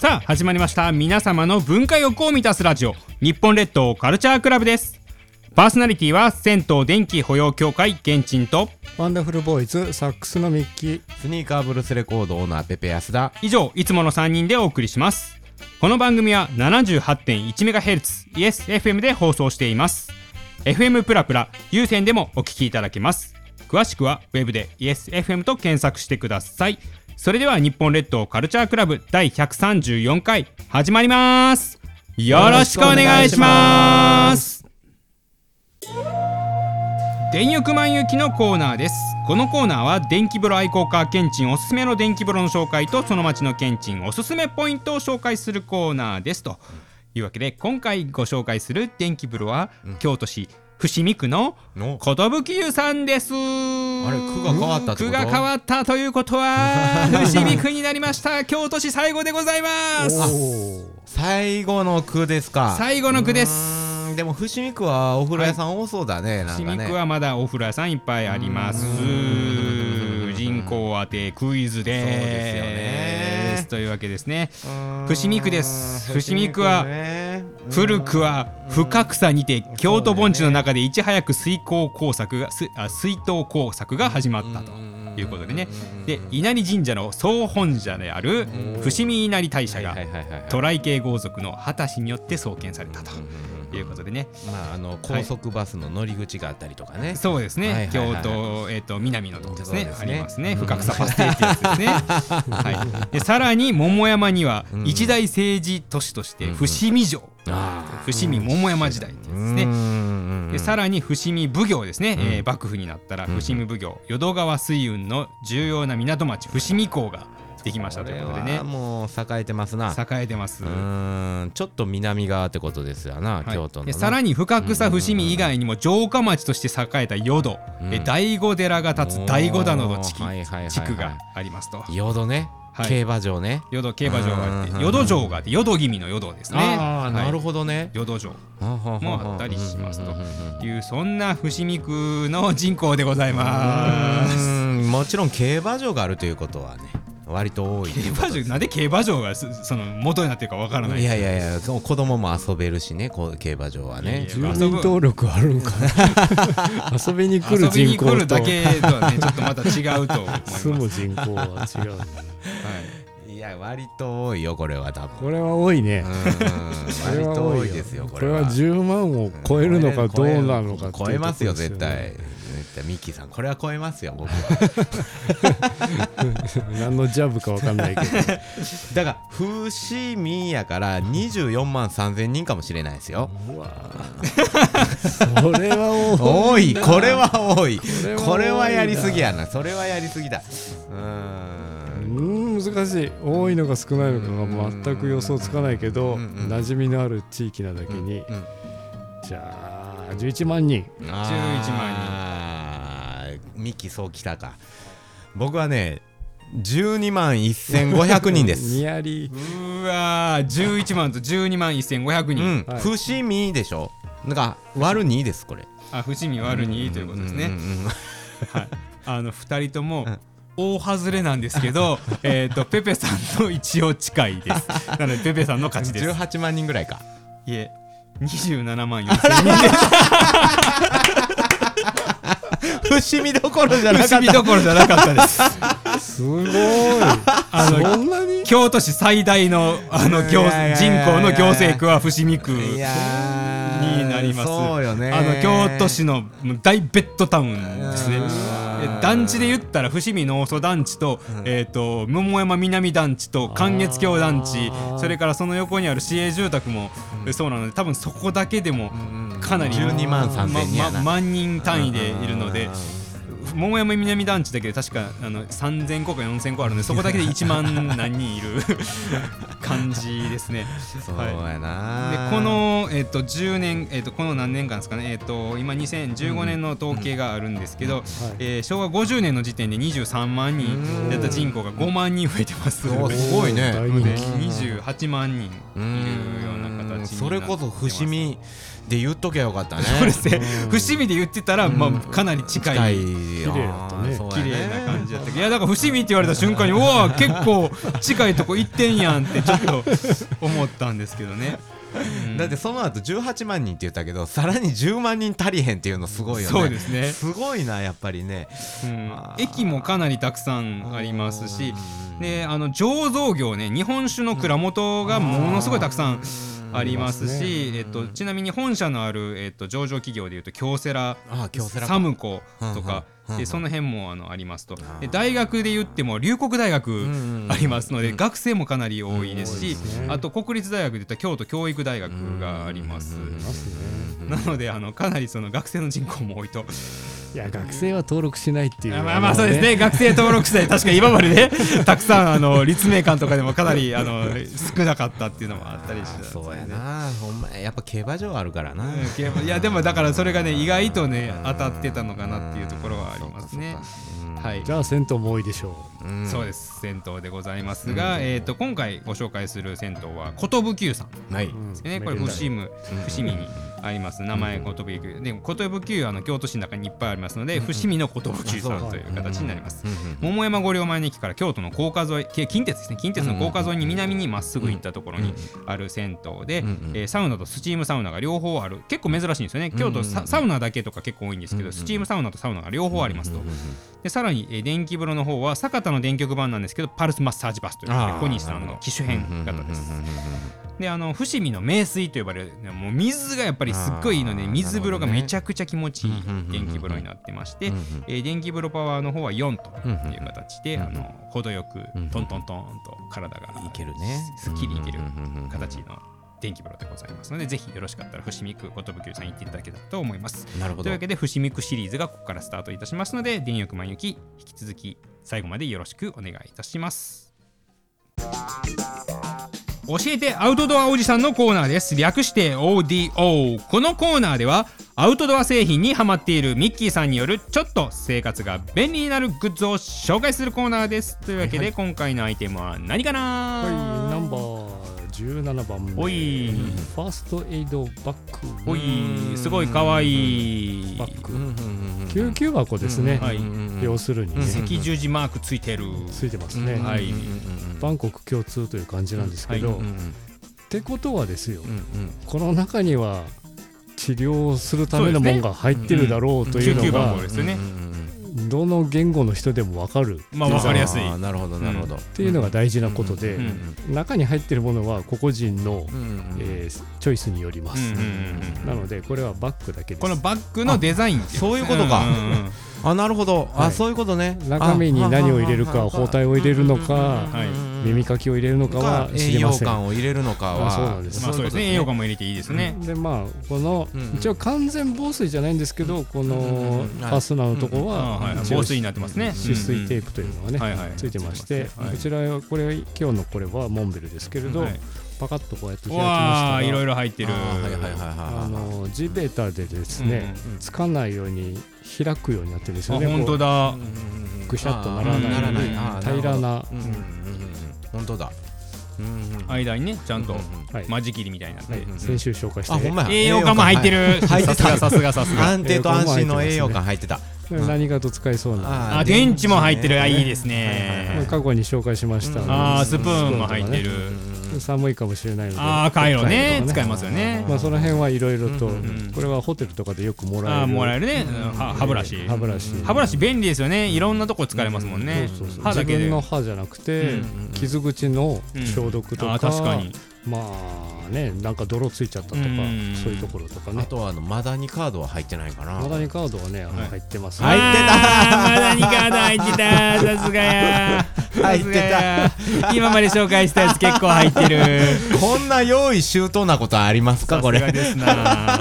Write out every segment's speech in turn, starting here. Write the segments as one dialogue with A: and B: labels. A: さあ始まりました皆様の文化欲を満たすラジオ日本列島カルチャークラブですパーソナリティは銭湯電気保養協会現ンと
B: ワンダフルボーイズサックスのミッキー
C: スニーカーブルースレコードオーナーペペ安田
A: 以上いつもの3人でお送りしますこの番組は 78.1MHz イエス FM で放送しています FM プラプラ有線でもお聞きいただけます詳しくはウェブで ESFM と検索してくださいそれでは日本列島カルチャークラブ第134回始まりますよろしくお願いします電浴満雪のコーナーですこのコーナーは電気風呂愛好家ケンチンおすすめの電気風呂の紹介とその町のケンチンおすすめポイントを紹介するコーナーですというわけで今回ご紹介する電気風呂は、京都市伏見区の
C: の
A: 寿湯さんです
C: あれ区が変わったって
A: 区
C: こと
A: が変わったということは 伏見区になりました京都市最後でございます
C: 最後の句ですか
A: 最後の区で
C: う
A: す
C: ーんでも伏見区はお風呂屋さん多そうだね、なん
A: 伏
C: か
A: 見
C: ね
A: 区はまだお風呂屋さんいっぱいあります人口当てクイズです
C: そうですよね
A: というわけですね
C: うーん
A: 伏見区です伏見区は
C: 伏ね
A: 古くは深草にて京都盆地の中でいち早く水耕工作がすあ水道工作が始まったということでねで稲荷神社の総本社である伏見稲荷大社が
C: はいはいはいはい
A: 渡来系豪族の畑氏によって創建されたということでね
C: まああの高速バスの乗り口があったりとかね、
A: そうですね、
C: はいはいはいは
A: 京
C: い
A: 都、えっ、と、南のとこですね、
C: そうです
A: あ
C: ね
A: りますね、深草パステーキです ね。はい、で、さらに桃山には、一大政治都市として、伏見城。
C: あ
A: 伏見桃山時代ってやつです
C: うー
A: ね。
C: ん
A: でさらに伏見奉行ですね、えー幕府になったら伏見奉行、淀川水運の重要な港町伏見港ができましたということでね
C: これはもう栄えてますな
A: 栄えてます、
C: うーんちょっと南側ってことですよな、
A: はい
C: 京都の
A: で
C: な
A: さらに深草伏見以外にも城下町として栄えた淀、で醍醐寺が立つ醍醐棚の地
C: おーはいはいはいは
A: 区
C: い
A: 地区がありますと
C: 淀ね、
A: はい
C: 競馬場ね
A: 淀競馬場があって
C: うん
A: 淀城があって淀気味の淀ですね
C: ああ、なる
A: ほ
C: ほどね
A: ど淀城も
C: も
A: あったりしますというそんな伏見区の人口でございます
C: もちろん競馬場があるということはね割と多い
A: 競馬場なんで競馬場がすその元になってるかわからない
C: いやいやいやそう子供も遊べるしねこう競馬場はい
A: やい
C: ね
A: や
B: 住民登録あるんか な遊びに来
A: 遊
B: る
A: び
B: 人
A: に来
B: 口
A: る
B: と
A: だけとはねちょっとまた違うと思い ます
B: 住む人口は違う
A: はい
C: いや割と多いよこれは多 分
B: これは多いね
C: うーん割と多いですよ
B: こ
C: こ
B: れ
C: れは
B: は10万を超えるのかどうなのかっていうとこ
C: 超えますよ
B: ですね
C: 絶対絶対ミッキーさんこれは超えますよ僕
B: 何のジャブかわかんないけど
C: だから伏見やから24万3000人かもしれないですよ
B: それは多 い
C: 多いこれは多い
B: れは多いな
C: これはやりすぎやなそれはやりすぎだうー
B: うんん難しい多いのか少ないのかが全く予想つかないけど
C: うんうん
B: 馴染みのある地域なだけに
C: うん
B: じゃあ11万人
C: あーミッキーそうきたか僕はね12万1500人で す
B: ニアリー
A: うわー11万と12万1500
C: う
A: 人、
C: ん、
B: はい
C: 伏見でしょなんか割る2ですこれ
A: あ伏見割るにいいということですね、
C: うんうんうんうん
A: あの2人とも大外れなんですけ どえっとペペさんの一応近いですなのでペペさんの勝ちです
C: 18万人ぐらいか
A: いえ27万4千人 で
C: 伏見どころじゃなかっ
A: 結
C: た
A: びどころじゃなかったです
B: す ごい
A: あ
B: そ
A: の
B: んなに
A: 京都市最大のあの行
C: いやいやいやいや
A: 人口の行政区は伏見区
C: い
A: に
C: やー
A: なります
C: そうよね
A: あの京都市の大ベッドタウンですね
C: うーん
A: え団地で言ったら伏見農村団地と,、えー、と桃山南団地と関月橋団地
B: あー
A: それからその横にある市営住宅も、そうなので多分そこだけでもかなり、
C: 12万
A: ま
C: 3000人やな、
A: ま万人単位でいるので。桃山南団地だけで確かあの3000個か4000個あるのでそこだけで1万何人いる 感じですね。
C: そう
A: はい
C: や
A: で
C: な
A: この、えっと10年、えっとこの何年間ですかね、えっと今2015年の統計があるんですけど、えー昭和50年の時点で23万人だった人口が5万人増えてます。
C: おーすごいね
B: 大
A: ので
B: 人気
A: 28万人いるような形形になってます
C: それこそ伏見で言っときゃよかったね
A: そうですね伏見で言ってたら、まあ、
C: うん
A: かなり近い
C: 近い
B: 綺麗だったね
C: そう
A: 綺
C: や
A: 麗な感じだったけどいやだから伏見って言われた瞬間にうわー結構近いとこ行ってんやんってちょっと思ったんですけどね、うん
C: だってその後18万人って言ったけどさらに10万人足りへんっていうのすごいよね
A: そうですね
C: すごいなやっぱりね
A: うん
C: あー
A: 駅もかなりたくさんありますし
C: うん
A: であの醸造業ね日本酒の蔵元がものすごいたくさんあります
B: あ
A: し、えっと、ちなみに本社のある、えっと、上場企業でいうと京セラ
C: ああ京セラか
A: サムコとか
C: うんうんうんうん
A: でその辺もあのありますと
C: あ
A: で
C: ー
A: 大学で言っても龍谷大学
C: んうん
A: ありますので学生もかなり多いですし
B: うん多いですね
A: あと国立大学で言ったら京都教育大学があります
C: うんうんうん
B: ますね
A: なのであのかなりその学生の人口も多いと
B: いや学生は登録しないっていう、
A: あまあまあそうですね学生登録世代確かに今までね たくさんあの立命館とかでもかなりあの少なかったっていうのもあったりして
C: あそうやなほんまややっぱ競馬場あるからな、
A: うん競馬いやでもだからそれがね意外とね当たってたのかなっていうところはありますね
C: そうかそうか
A: はい
B: じゃあ銭湯も多いでしょ、
C: うん
A: そうです銭湯でございますが、えー、と今回ご紹介する銭湯は寿湯さん
C: うんはいう
B: うん
A: ですね、これ
B: めでたい
A: 伏見伏見にあります名前寿湯でも寿湯はあの京都市の中にいっぱいありますので伏見の寿湯さんという形になります
C: うんうん
A: 桃山五両前の駅から京都の高架沿いけ近鉄ですね近鉄の高架沿いに南にまっすぐ行ったところにある銭湯で、
C: うんうん
A: えーサウナとスチームサウナが両方ある結構珍しいんですよね京都サ,、サウナだけとか結構多いんですけど、スチームサウナとサウナが両方ありますと、でさらに、えー電気風呂の方は酒田の電極版なんですけどパルスマッサージバスということで
C: あー
A: 小西さんの機種編型です。であの伏見の名水と呼ばれるもう水がやっぱりすっごいいいので
C: あー
A: 水風呂が
C: なるほどね
A: めちゃくちゃ気持ちいい電気風呂になってまして、えー電気風呂パワーの方は4という形で、
C: うん
A: あの程よく
C: うん
A: トントントンと体が
C: いけるね
A: すっきりいける
C: うんうんうんうん
A: 形の電気風呂でございますのでぜひよろしかったら伏見区寿さん行っていただけたらと思います。
C: なるほ
A: と
C: ど
A: いうわけで伏見区シリーズがここからスタートいたしますので電力満行き引き続き最後までよろしくお願いいたします教えてアウトドアおじさんのコーナーです略して ODO このコーナーではアウトドア製品にハマっているミッキーさんによるちょっと生活が便利になるグッズを紹介するコーナーですというわけで、今回のアイテムは何かな
B: はいナンバー17番目
A: おい
B: ファーストエイドバッグ
A: おいすごいかわいい
B: バッグ
C: うんうんうんうん
B: 救急箱ですね、
A: うんはい
B: 要するにね、
C: うん
A: 赤十字マークついてる
B: ついてますね、
A: うんはい
C: うんうん
B: バンコク共通という感じなんですけど、
A: はい
C: うん
B: ってことはですよ、
C: うんうん
B: この中には治療するためのもんが入ってるだろうという
A: 救急
B: の
A: 番号
B: が
A: ですよね、
C: うんうんうん
B: どの言語の人でも分かる
A: まあわかりやすい
C: あーなるほどなるほどっ
B: っていうのが大事なことで、
A: うん
B: 中に入ってるものは個々人の、
C: え
B: えーチョイスによります、
A: うんうんうんうん
B: なのでこれはバッグだけです
A: このバッグのデザインって
C: そういうことか
A: んうんうん
C: あなるほど
B: は
C: あ
B: い
C: そういうことね
B: 中身に何を入れる
C: あ
B: か
C: はは
B: 包帯を入れるのか
C: うんうんうんうん
B: 耳かきを入れるのかは知
C: 栄
B: り
C: 養
B: ません
C: 感を入れるのか
B: あ
C: は
B: そうなんです
A: まあそうですね栄養価も入れていいですね、
B: でまあこの、
C: うんうん
B: 一応完全防水じゃないんですけどこ
C: うん
B: の
C: うん
B: ファスナーのとこ
A: ああは
B: はい一応
A: 防水になってますね
B: 止水テー
A: プ
B: プというのがね、
A: はいはい
B: ついてまして、
A: はい
B: こちらはこれ今日のこれはモンベルですけれど、
A: はい
B: パカッとこうやって開きま
A: わあい
B: した
A: ろい
B: ら
A: ろ入ってる
C: あーはいはいはいはい
B: あ
C: はい
B: の地べたでですね、
A: うん
B: つかないように開くようになってるんです
A: あ
B: よね
A: 本当
B: だ
A: だ
B: ぐしゃっとならない
A: ならない
C: あー
B: 平らな
C: るほどうんうんうんうん本当だうんうんうん
A: 間にねちゃんと
C: うん
B: はい
A: 間仕切りみたいになって
C: うんうん
B: 先週紹介し
C: あほん
B: て
C: まや
A: 栄養価も入ってる
C: 入って た
A: さすがさすがさすが
C: 安定と安心の栄養感入ってた
B: 何かと使えそうな、
A: あ電池も入ってるあいいですすね
B: まあ過去に紹介しました、
C: うん
A: ああスプーンも入ってる
B: 寒いかもしれないので
A: ああカイロね
B: 北海道とか
A: 使えますよね
B: まあ、その辺はいろいろと、
C: うん
A: うんうん
B: これはホテルとかでよくもらえる
A: ああもらえるねうんは歯ブラシ
B: 歯ブラシ
A: 歯ブラシ便利ですよねいろんなとこ使えますもんね
B: そうそう
A: 歯だけ
B: 自
A: で
B: 分の歯じゃなくて、
A: うん
C: うん
B: 傷口の消毒とか,、
A: ああ確かに
B: まあねなんか泥ついちゃったとか、
A: うんうんうん
B: そういうところとか
C: あ
B: ね
C: とはあのマダニカードは入ってないかな
B: マダニカードはね、あの
A: はい
B: 入ってます、
A: 入ってたまだにカード入ってたさすがや
C: 入って
A: た今まで紹介したやつ結構入ってる
C: こんな用意周到なことありますかこれ
A: さすがですな
B: あ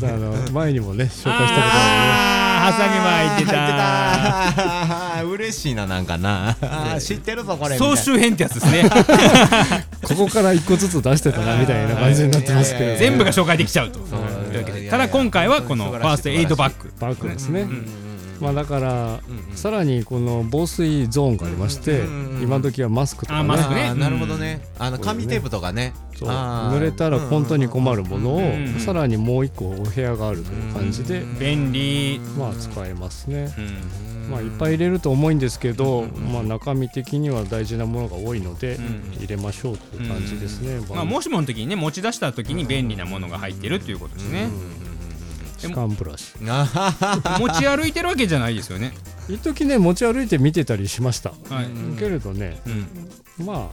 B: とあの前にもね紹介したことあ
A: あーハサミも入ってた
C: 入ってた嬉しいななんかなあー知ってるぞこれみたい
A: 総
C: な
A: 集編ってやつですね
B: るここから一個ずつ出してたなみたいな感じになってますけど、
C: はい
A: 全部が紹介できちゃうと
C: そう
A: というわけ
C: いやい
A: で
C: や
A: ただ今回はこのファーストエイドバッグ
B: バッグですね、
C: うんうんうん
B: まあだから
C: うんうん
B: さらにこの防水ゾーンがありまして
C: うんうんうん
B: 今時はマスクと
A: あ
B: か
A: マスク
B: ね
A: ね
C: あーなるほどね。あの紙テープとかね。
B: そう
C: あー
B: 濡れたら本当に困るもの
A: うんうんうん
B: をさらにもう一個お部屋があるという感じで
A: 便利
B: まあ使えますね
A: うん
B: まあいっぱい入れると重いんですけど
C: うんうん
B: まあ中身的には大事なものが多いので
A: ん
B: 入れましょうという感じですね
A: まあ、もしもの時にね持ち出した時に便利なものが入ってるということですね、
B: 歯間ブラシ
C: あはは
A: 持ち歩いてるわけじゃないですよね、
B: 一時ね持ち歩いて見てたりしました
A: はい
C: うん
B: けれどね
A: うん、
B: まあ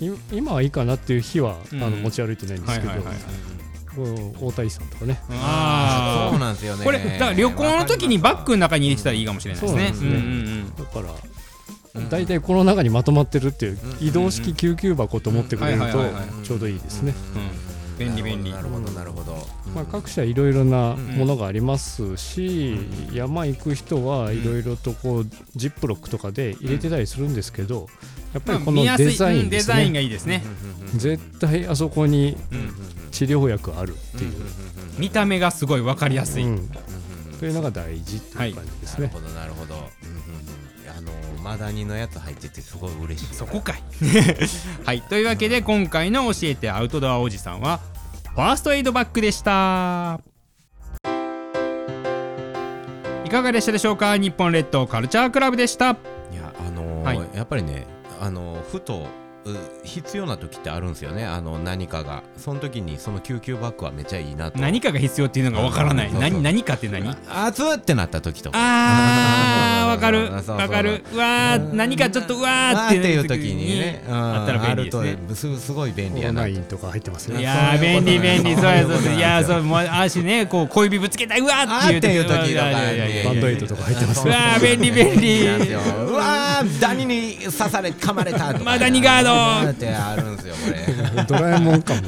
B: い今はいいかなっていう日はあ
A: うん
B: の持ち歩いてないんで
A: はい
B: す
A: は
B: け
A: いはい
B: どこう大谷さんとかね
A: あ
C: そう
A: あ
C: なんですよね。
A: これだから旅行の時にバッグの中に入れてたらいいかもしれないですね
B: そうなんですね
A: んんうん
B: だから大体この中にまとまってるっていう移動式救急箱と思ってくれる
A: うん
B: と
A: はいはいはい
C: はい
B: ちょうどいいですね、
A: うん便利便利
C: なるほどなるほど。なるほど
B: まあ、各社いろいろなものがありますし、山行く人はいろいろとこうジップロックとかで入れてたりするんですけどやっぱりこの
A: まあ見やすい
B: デザイ
A: うん
B: ン
A: デ
B: です
A: ザイン
B: ね
A: がいいですね、
B: 絶対あそこに
A: うん
B: 治療薬あるっていう、
A: 見た目がすごい分かりやすい、
B: うんというのが大事っていう感じです
C: なる
B: ね、
C: ほどなるほど。うんうんうんあのマダニのやつ入っててすごい嬉しい。
A: そこかい はいというわけで今回の「教えてアウトドアおじさんは」ファーストエイドバッグでしたいかがでしたでしょうか日本列島カルチャークラブでした
C: いやあのー
A: はい
C: やっぱりねあのーふとう必要な時ってあるんですよねあの何かがその時にその救急バッグはめちゃいいなと
A: 何かが必要っていうのがわからない
C: そうそう
A: 何何かって何
C: 熱っってなった 時とか
A: あーわかる
C: そうそう
A: わかるうわー何かちょっとうわー
C: あ
A: っ
C: ー
A: て
C: っていう時にねうん
A: あったら便利です
C: あ
A: ね
C: るとすすごい便利
B: オ
C: や
B: ン
C: な
B: ラ
C: と
B: インとか入ってます
A: い
B: ね
A: やー
C: そうい
A: 便
C: うこと
A: 利便利そう
C: なん
A: や
C: です
A: そうやそうやいやーそうもう足ねこう小指ぶつけたいうわーっていう
C: あーっていう時とか
A: いやいやいやいや
B: バンドエイドとか入ってま す
A: うわー便利便利
C: なんですようわーダニに刺され噛まれたとか
A: マダニガード
C: ーってあるんですよこ れ
B: ドラえもんかも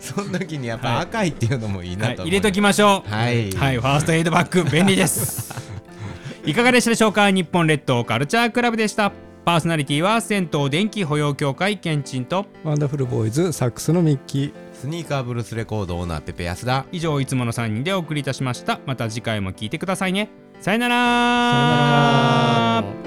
C: その時にやっぱ赤いっていうのもいい
A: は、
C: ないと思う
A: 入れときましょう
C: はい
A: ファーストエイドバッグ便利ですいかがでしたでしょうか日本列島カルチャークラブでしたパーソナリティは銭湯電気保養協会けんちんと
B: ワンダフルボーイズサックスのミッキー
C: スニーカーブルースレコードオーナーペペ安田
A: 以上いつもの3人でお送りいたしましたまた次回も聞いてくださいねさよなら
B: さよなら